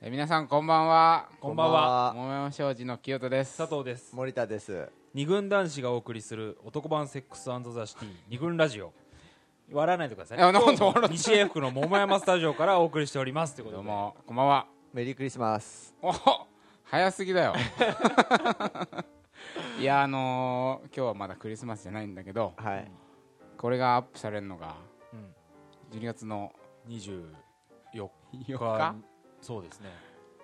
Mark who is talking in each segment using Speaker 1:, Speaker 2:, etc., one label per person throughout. Speaker 1: え皆さんこんばんは
Speaker 2: こんばんは
Speaker 1: 桃山商事の清人です
Speaker 2: 佐藤です
Speaker 3: 森田です
Speaker 2: 二軍男子がお送りする男版セックスザシティ二軍ラジオ笑わないでください
Speaker 1: いやなんで笑ってんの
Speaker 2: 西英福の桃山スタジオからお送りしておりますということ
Speaker 1: どう
Speaker 2: で
Speaker 1: もこんばんは
Speaker 3: メリークリスマス
Speaker 1: おほ早すぎ だよいやあのー、今日はまだクリスマスじゃないんだけど
Speaker 3: はい
Speaker 1: これがアップされるのが
Speaker 2: うん
Speaker 1: 12月の
Speaker 2: 24
Speaker 1: 4
Speaker 2: 日
Speaker 1: 日
Speaker 2: そうですね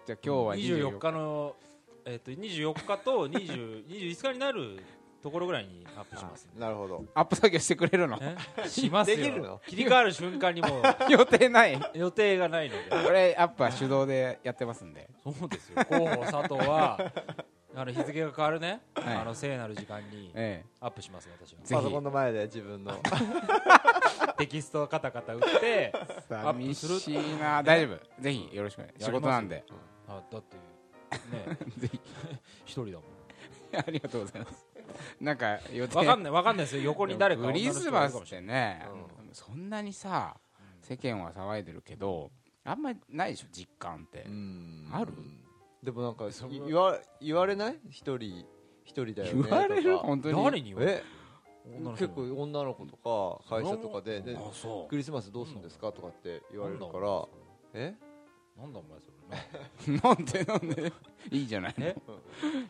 Speaker 1: じゃあ今日は24
Speaker 2: 24日のえっと24日と20 25日になるところぐらいにアップします
Speaker 3: なるほど
Speaker 1: アップ作業してくれる の
Speaker 2: えしますよ
Speaker 3: できるの
Speaker 2: 切り替わる瞬間にも
Speaker 1: 予定ないう
Speaker 2: 予定がないので
Speaker 1: これアップは手動でやってますんで
Speaker 2: そうですよ広報佐藤はあの日付が変わるね、
Speaker 1: はい
Speaker 2: あの聖なる時間に
Speaker 1: え
Speaker 2: アップします私は
Speaker 1: ぜ
Speaker 3: パ
Speaker 1: ひ
Speaker 3: ソコンの前で自分の
Speaker 2: テキストをカタカタ打 って
Speaker 1: え
Speaker 2: アップ
Speaker 1: 寂
Speaker 2: する
Speaker 1: しいな大丈夫ぜひよろしくお願い仕事なんで
Speaker 2: あだってね
Speaker 1: ぜひ
Speaker 2: 一人だもん
Speaker 1: ありがとうございますなんか予定
Speaker 2: わかんないわかんないですよ横に誰か
Speaker 1: クリスマスっ
Speaker 2: 女の人がいるかもしれ
Speaker 1: てね、
Speaker 3: う
Speaker 1: そんなにさ世間は騒いでるけどあんまりないでしょ実感って、
Speaker 3: うん
Speaker 1: ある
Speaker 3: でもなんかい
Speaker 2: その
Speaker 3: 言わ言われない一人一人だよね
Speaker 1: 言われる
Speaker 3: とか
Speaker 1: 本当に
Speaker 2: ない誰に言われる
Speaker 3: え結構女の子とか会社とかでで
Speaker 2: あそ
Speaker 3: クリスマスどうするんですかとかって言
Speaker 2: う
Speaker 3: われるか
Speaker 2: なんだ
Speaker 3: らえ
Speaker 2: お前なんだお前それなん か
Speaker 1: なんでなんで いいじゃないの
Speaker 2: え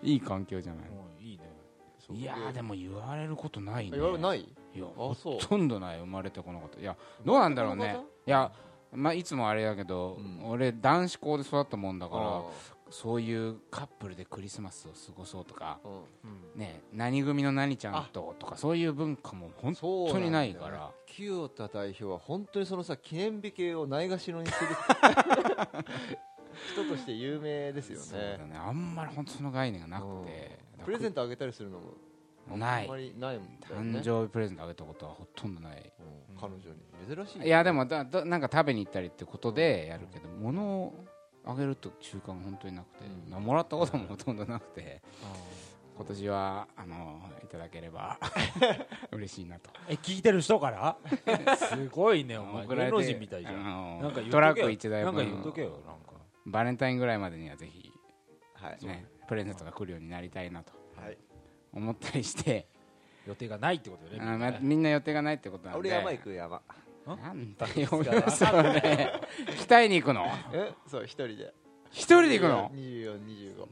Speaker 1: いい環境じゃないの
Speaker 2: うんいいね
Speaker 3: そう
Speaker 1: いやーでも言われることないね
Speaker 3: 言われない
Speaker 1: いや
Speaker 3: あそ
Speaker 1: ほ
Speaker 3: う
Speaker 1: とんどない生まれてこなかったいやどうなんだろうねいやまあ、いつもあれだけど、
Speaker 3: うん
Speaker 1: 俺男子校で育ったもんだか
Speaker 3: あ
Speaker 1: らそういうカップルでクリスマスを過ごそうとか
Speaker 3: ーうん
Speaker 2: うん
Speaker 1: ね何組の何ちゃんととかそういう文化も本当にないか
Speaker 3: そうなんだよ
Speaker 1: ら
Speaker 3: ね清田代表は本当にそのさ記念日系をないがしろに する人として有名ですよ
Speaker 1: そうだ
Speaker 3: ね
Speaker 1: ねあんまり本当その概念がなくて、
Speaker 3: プレゼン
Speaker 1: ト
Speaker 3: トあげたりするのも
Speaker 1: な
Speaker 3: あん
Speaker 1: い
Speaker 3: まりないもんだよね
Speaker 1: 誕生日プレゼントあげたことはほとんどない、
Speaker 3: うん彼女に珍しいね
Speaker 1: いやでもだだなんか食べに行ったりってことでやるけど、物をあげるって習慣が本当になくて、
Speaker 3: うん
Speaker 1: なもらったこともほとんどなくて
Speaker 2: あ
Speaker 1: 今年はあのいただけれ ば嬉しいなと
Speaker 2: ーえ聞いてる人から すごいねお前
Speaker 1: 送ら
Speaker 2: 芸
Speaker 1: れ
Speaker 2: 能
Speaker 1: て
Speaker 2: 人みたいじゃん
Speaker 1: あの
Speaker 2: なんか言っとけよ
Speaker 1: トラック一台
Speaker 2: なんか言
Speaker 1: 分
Speaker 2: っとけよなんか
Speaker 1: バレンタインぐらいまでにはぜひ、
Speaker 3: はい
Speaker 1: ね、プレゼントが来るようになりたいなと
Speaker 3: はい
Speaker 1: 思ったりして、
Speaker 2: 予定がないってことよね
Speaker 1: あ
Speaker 2: みんな
Speaker 1: ま
Speaker 2: ね
Speaker 1: みんな予定がないってことなんで
Speaker 3: 俺山行く山
Speaker 1: なんだよ、俺そ れ。鍛えに行くの
Speaker 3: えそう一人で
Speaker 1: 一人で行くの
Speaker 3: 2425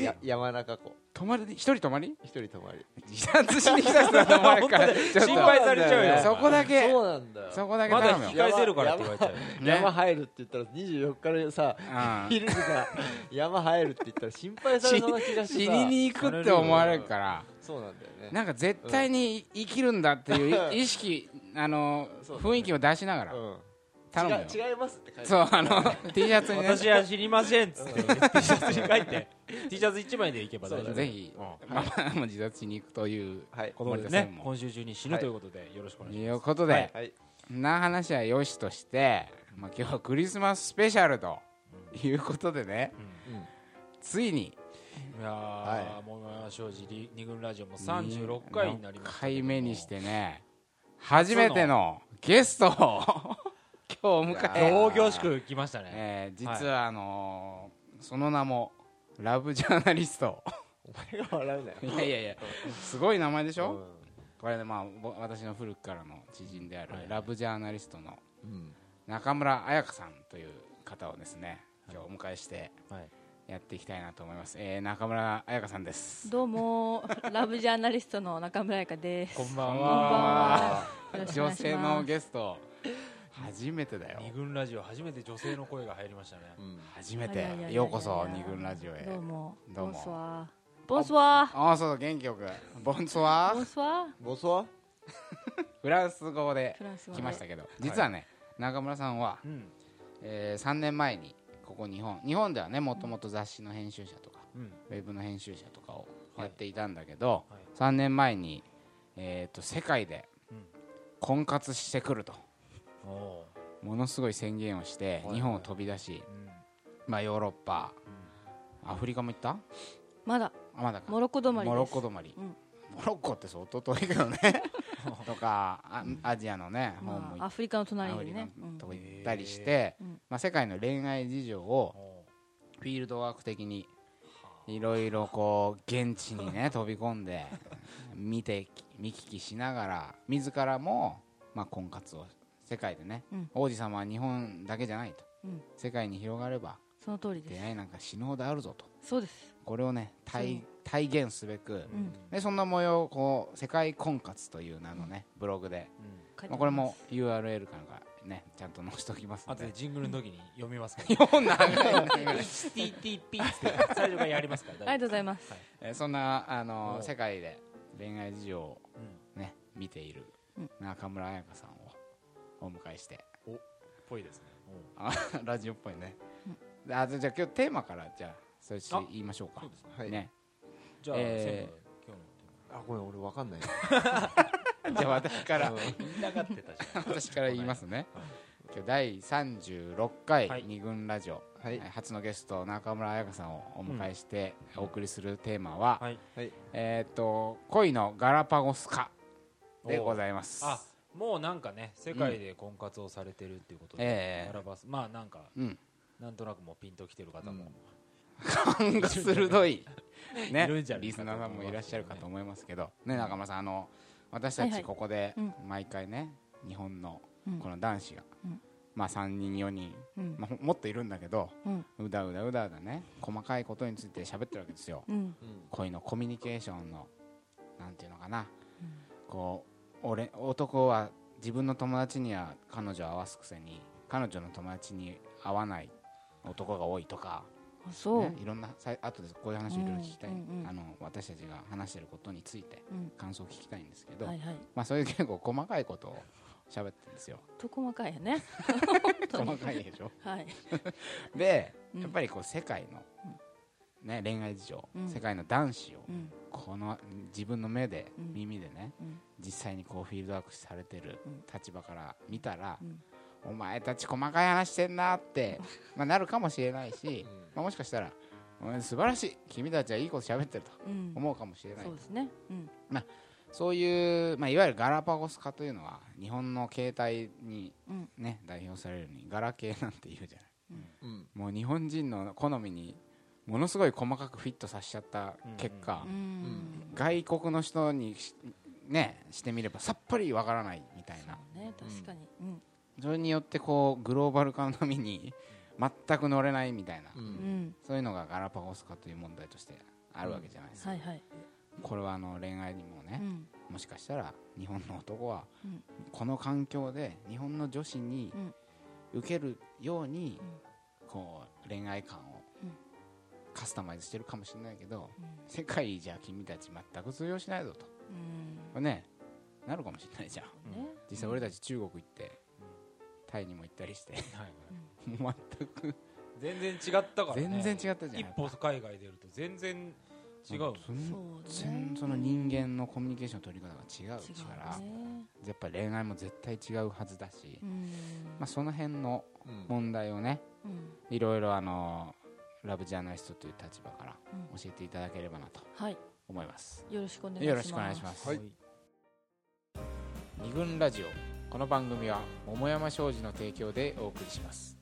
Speaker 3: や山中湖
Speaker 1: 泊まりで、一人泊まり
Speaker 3: 一人泊まり
Speaker 1: 自殺しに来た人だと思われるから、ちょっ
Speaker 2: 心配されちゃうよ
Speaker 1: と。そこだけ、
Speaker 3: そうなんだよ
Speaker 1: そこだけ
Speaker 2: まだ
Speaker 1: 頼む
Speaker 2: 引
Speaker 1: よ
Speaker 2: き。返せるからって言われちゃうよ
Speaker 1: ね
Speaker 3: 山入るって言ったら24日でさ
Speaker 1: うん
Speaker 3: 昼にさ山入るって言ったら心配されそうな気がし て
Speaker 1: 死
Speaker 3: さ
Speaker 1: にに行くって思われるから、
Speaker 3: そうなんだよね
Speaker 1: なんか絶対に生きるんだっていうい意識、あの、
Speaker 3: そうだね
Speaker 1: 雰囲気を出しながら、
Speaker 3: う
Speaker 1: 頼むよ
Speaker 3: ん、。違い違いますって書いて
Speaker 1: そう、あの、T シャツにね、
Speaker 2: 私は知りませんっつって T シャツに書いて T シャツ1枚でいけば大丈夫
Speaker 1: ぜひ、ママも自殺しに行くという、
Speaker 3: はい
Speaker 2: ことで
Speaker 1: 森田さん
Speaker 2: ね
Speaker 1: も
Speaker 2: 今週中に死ぬということでよろしくお願いし
Speaker 1: いうことで、
Speaker 3: はい
Speaker 1: な話はよしとして、まあ、今日はクリスマススペシャルということでね、
Speaker 3: うん
Speaker 1: ついに
Speaker 2: ますいやー
Speaker 3: は
Speaker 2: もう今庄司り二軍ラジオも36回になり
Speaker 1: 6
Speaker 2: ましたけども
Speaker 1: 回目にしてね初めてのゲストを今日お迎
Speaker 3: いや
Speaker 1: え、
Speaker 2: 仰々しく来ましたね
Speaker 1: えー実はあのーその名もラブジャーナリスト
Speaker 3: お前が笑うなよ
Speaker 1: いやいやいやすごい名前でし
Speaker 3: う
Speaker 1: ょ、これでまあぼ私の古くからの知人である
Speaker 2: はい
Speaker 1: ラブジャーナリストの
Speaker 3: ん
Speaker 1: 中村彩香さんという方をですね今日お迎えして
Speaker 2: はい
Speaker 1: やっていきたいなと思います、えー、中村彩香さんです
Speaker 4: どうもラブジャーナリストの中村彩香です。
Speaker 2: こんばん
Speaker 4: こんばん
Speaker 2: は
Speaker 4: は。よろしくお願
Speaker 1: 女
Speaker 4: いし
Speaker 1: 性の
Speaker 4: ます。
Speaker 1: ゲスト初めてだよ
Speaker 2: 二軍ラジオ初めて女性の声が入りましたね
Speaker 3: うん
Speaker 1: 初め
Speaker 4: いやいやいやい
Speaker 1: て
Speaker 4: や
Speaker 1: ようこそ二軍ラジオへ
Speaker 4: どうも。
Speaker 1: どうも
Speaker 4: ボンソワ。ボンソワ。
Speaker 1: ああそうそう元気よくボンソ
Speaker 4: ボ
Speaker 1: ワ
Speaker 4: ンソワ。
Speaker 3: ボスは
Speaker 1: フランス語で
Speaker 4: フランス語で
Speaker 1: 来ましたけど実はね中村さんは、
Speaker 2: うん
Speaker 1: え3年前にここ日本日本ではねもともと雑誌の編集者とか
Speaker 2: うん
Speaker 1: ウェブの編集者とかをやっていたんだけど、
Speaker 2: はい
Speaker 1: 3年前に、えー、と世界で
Speaker 2: うん
Speaker 1: 婚活してくると
Speaker 2: おー
Speaker 1: ものすごい宣言をして
Speaker 2: はい
Speaker 1: 日本を飛び出し、
Speaker 2: うん
Speaker 1: まあ、ヨーロッパ、アフリカも行った
Speaker 4: まだ
Speaker 1: あまだか
Speaker 4: モロッコ止まりで
Speaker 1: モ
Speaker 4: す。
Speaker 1: ロッコ止まり、
Speaker 4: うん
Speaker 1: モロッコって相当遠いけど ねとかあアジアのね方も
Speaker 4: まあ
Speaker 1: 行
Speaker 4: ア
Speaker 1: っ
Speaker 4: フリカの隣
Speaker 1: アフ
Speaker 4: に
Speaker 1: リ
Speaker 4: ね。
Speaker 1: カ
Speaker 4: う
Speaker 1: の
Speaker 4: ん
Speaker 1: とこ行ったりして、
Speaker 4: うん
Speaker 1: まあ、世界の恋愛事情を
Speaker 2: お
Speaker 1: フィールドワーク的にいろいろこう現地にね飛び込んで見て見聞きしながら自らもまあ婚活を世界でね、
Speaker 4: うん
Speaker 1: 王子様は日本だけじゃないと、
Speaker 4: うん
Speaker 1: 世界に広がれば
Speaker 4: その通りで
Speaker 1: 出
Speaker 4: す
Speaker 1: 会いなんか死ぬほどあるぞと
Speaker 4: そうです
Speaker 1: これをね体体現すべく、
Speaker 4: うん
Speaker 1: でそんな模様をこう世界婚活という名のねブログで、
Speaker 4: 書いて
Speaker 1: ま
Speaker 4: ありま
Speaker 1: あ、
Speaker 4: す
Speaker 1: これも URL かなんかねちゃんと載せておきます
Speaker 2: あ
Speaker 1: の
Speaker 2: とで
Speaker 1: で
Speaker 2: ジングルの時に読みますか ら
Speaker 1: 本長い
Speaker 2: HTTP って最初からやりますから
Speaker 4: ありがとうございます
Speaker 2: は
Speaker 1: えーそんなあの
Speaker 2: おう
Speaker 1: 世界で恋愛事情を
Speaker 2: うん
Speaker 1: ね見ている
Speaker 4: うん
Speaker 1: 中村彩香さんをお迎えして
Speaker 2: ぽいですね
Speaker 1: ラジオっぽいね、であじゃあじゃあ今日テーマからじゃあそれして
Speaker 2: あ
Speaker 1: 言いましょうか
Speaker 2: そうですね
Speaker 3: はい、
Speaker 1: ね
Speaker 2: じゃあ、
Speaker 1: え
Speaker 2: 専務今日の
Speaker 3: あごめん俺わかんない
Speaker 1: じゃあ私から
Speaker 2: 言いたがってたじゃん
Speaker 1: 私から言いますね
Speaker 2: はい
Speaker 1: 今日第36
Speaker 2: は
Speaker 1: 回
Speaker 2: い
Speaker 1: 二軍ラジオ、
Speaker 3: はい
Speaker 1: えー初のゲスト中村彩香さんをお迎えしてお送りするテーマは、
Speaker 2: はい
Speaker 3: はい
Speaker 1: えーっと恋のガラパゴス化でございます
Speaker 2: あもうなんかね世界で婚活をされてるっていうことで、
Speaker 1: ええ
Speaker 2: アラバスまあなんか
Speaker 1: うん
Speaker 2: なんとなくもうピンときてる方も、
Speaker 1: 感が鋭 い、ね、
Speaker 2: いるんじゃない
Speaker 1: リス
Speaker 2: かと
Speaker 1: ナーさんもいらっしゃるかと思いますけど、ね、中村さん、あの私た
Speaker 4: はいは
Speaker 1: ち
Speaker 4: い
Speaker 1: ここで
Speaker 4: うん
Speaker 1: 毎回ね、日本の
Speaker 4: うん
Speaker 1: この男子が、
Speaker 4: うん
Speaker 1: まあ、3人、4人、
Speaker 4: うん
Speaker 1: まあ、ほもっといるんだけど、
Speaker 4: うん
Speaker 1: うだうだうだうだね、細かいことについて喋ってるわけですよ、
Speaker 4: うん
Speaker 1: 恋のコミュニケーションの、なんていうのかな、こう俺男は自分の友達には彼女を合わすくせに、彼女の友達に合わない男が多いとか。
Speaker 4: あそう、
Speaker 1: ね、いろんなさい後でこういう話をいろいろ聞きたい、
Speaker 4: うんうんうん
Speaker 1: あの私たちが話してることについて
Speaker 4: うん
Speaker 1: 感想を聞きたいんですけど、
Speaker 4: はいはい
Speaker 1: まあそういう結構細かいことを喋ってるんですよ
Speaker 4: と細かいよ ね
Speaker 1: 細かいで しょ
Speaker 4: はい
Speaker 1: で、
Speaker 4: うん
Speaker 1: やっぱりこう世界の、ね、恋愛事情、
Speaker 4: うん
Speaker 1: 世界の男子を
Speaker 4: うん
Speaker 1: この自分の目で、
Speaker 4: うん
Speaker 1: 耳でね
Speaker 4: うん
Speaker 1: 実際にこうフィールドワークされてる
Speaker 4: うん
Speaker 1: 立場から見たら
Speaker 4: う、ん
Speaker 1: お前たち細かい話してんな って、まあ、なるかもしれないし、まあ、もしかしたらうん素晴らしい君たちはいいこと喋ってると
Speaker 4: うん
Speaker 1: 思うかもしれない
Speaker 4: そうですねうん
Speaker 1: そういう、まあ、いわゆるガラパゴス化というのは日本の携帯に
Speaker 4: うん、
Speaker 1: ね代表されるようにガラ系なんて言うじゃない
Speaker 3: うん
Speaker 1: もう日本人の好みにものすごい細かくフィットさせちゃった結果、
Speaker 4: うん
Speaker 1: 外国の人にし,、ね、してみればさっぱりわからないみたいな
Speaker 4: そうね確かにうん
Speaker 1: それによってこうグローバル化の波に全く乗れないみたいな、
Speaker 3: うん
Speaker 4: うん
Speaker 1: そういうのがガラパゴス化という問題としてあるわけじゃないですか、
Speaker 4: はいはい
Speaker 1: これはあの恋愛にもね、
Speaker 4: うん
Speaker 1: もしかしたら日本の男は
Speaker 4: うん
Speaker 1: この環境で日本の女子に
Speaker 4: うん
Speaker 1: 受けるように
Speaker 4: うん
Speaker 1: こう恋愛観を
Speaker 4: うん
Speaker 1: カスタマイズしてるかもしれないけど
Speaker 4: うん
Speaker 1: 世界じゃ君たち全く通用しないぞと
Speaker 4: うん
Speaker 1: これねなるかもしれないじゃん
Speaker 4: ね
Speaker 1: 実際俺たち中国行って
Speaker 2: うん
Speaker 1: タイにも行ったりして
Speaker 2: はい
Speaker 1: もう全く
Speaker 2: 全然違ったからね
Speaker 1: 全然違ったじゃん
Speaker 2: 一歩海外出ると全然違うもん
Speaker 4: そう
Speaker 1: 全
Speaker 4: ね
Speaker 1: 然その人間のコミュニケーションの取り方が違う
Speaker 4: 違
Speaker 1: から
Speaker 4: うね
Speaker 1: やっぱり恋愛も絶対違うはずだし
Speaker 4: うん
Speaker 1: まあその辺の
Speaker 3: うん
Speaker 1: 問題をね
Speaker 4: うん
Speaker 1: いろいろあのラブジャーナリストという立場から
Speaker 4: うん
Speaker 1: 教えていただければなと
Speaker 4: はい
Speaker 1: 思います。
Speaker 4: よろしくお願いします
Speaker 1: よろしくお願いします。
Speaker 3: はい
Speaker 1: 二軍ラジオこの番組は桃山商事の提供でお送りします。